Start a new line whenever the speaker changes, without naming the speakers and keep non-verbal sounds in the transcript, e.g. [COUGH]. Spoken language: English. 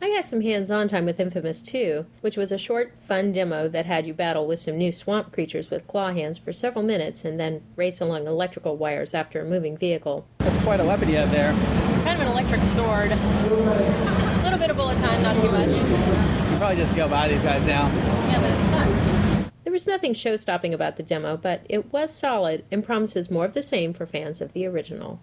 had some hands on time with Infamous 2, which was a short, fun demo that had you battle with some new swamp creatures with claw hands for several minutes and then race along electrical wires after a moving vehicle.
That's quite a weapon you have there.
Kind of an electric sword. [LAUGHS] A little bit of bullet time, not too much.
You probably just go by these guys now.
Yeah, but it's fun.
There was nothing show stopping about the demo, but it was solid and promises more of the same for fans of the original.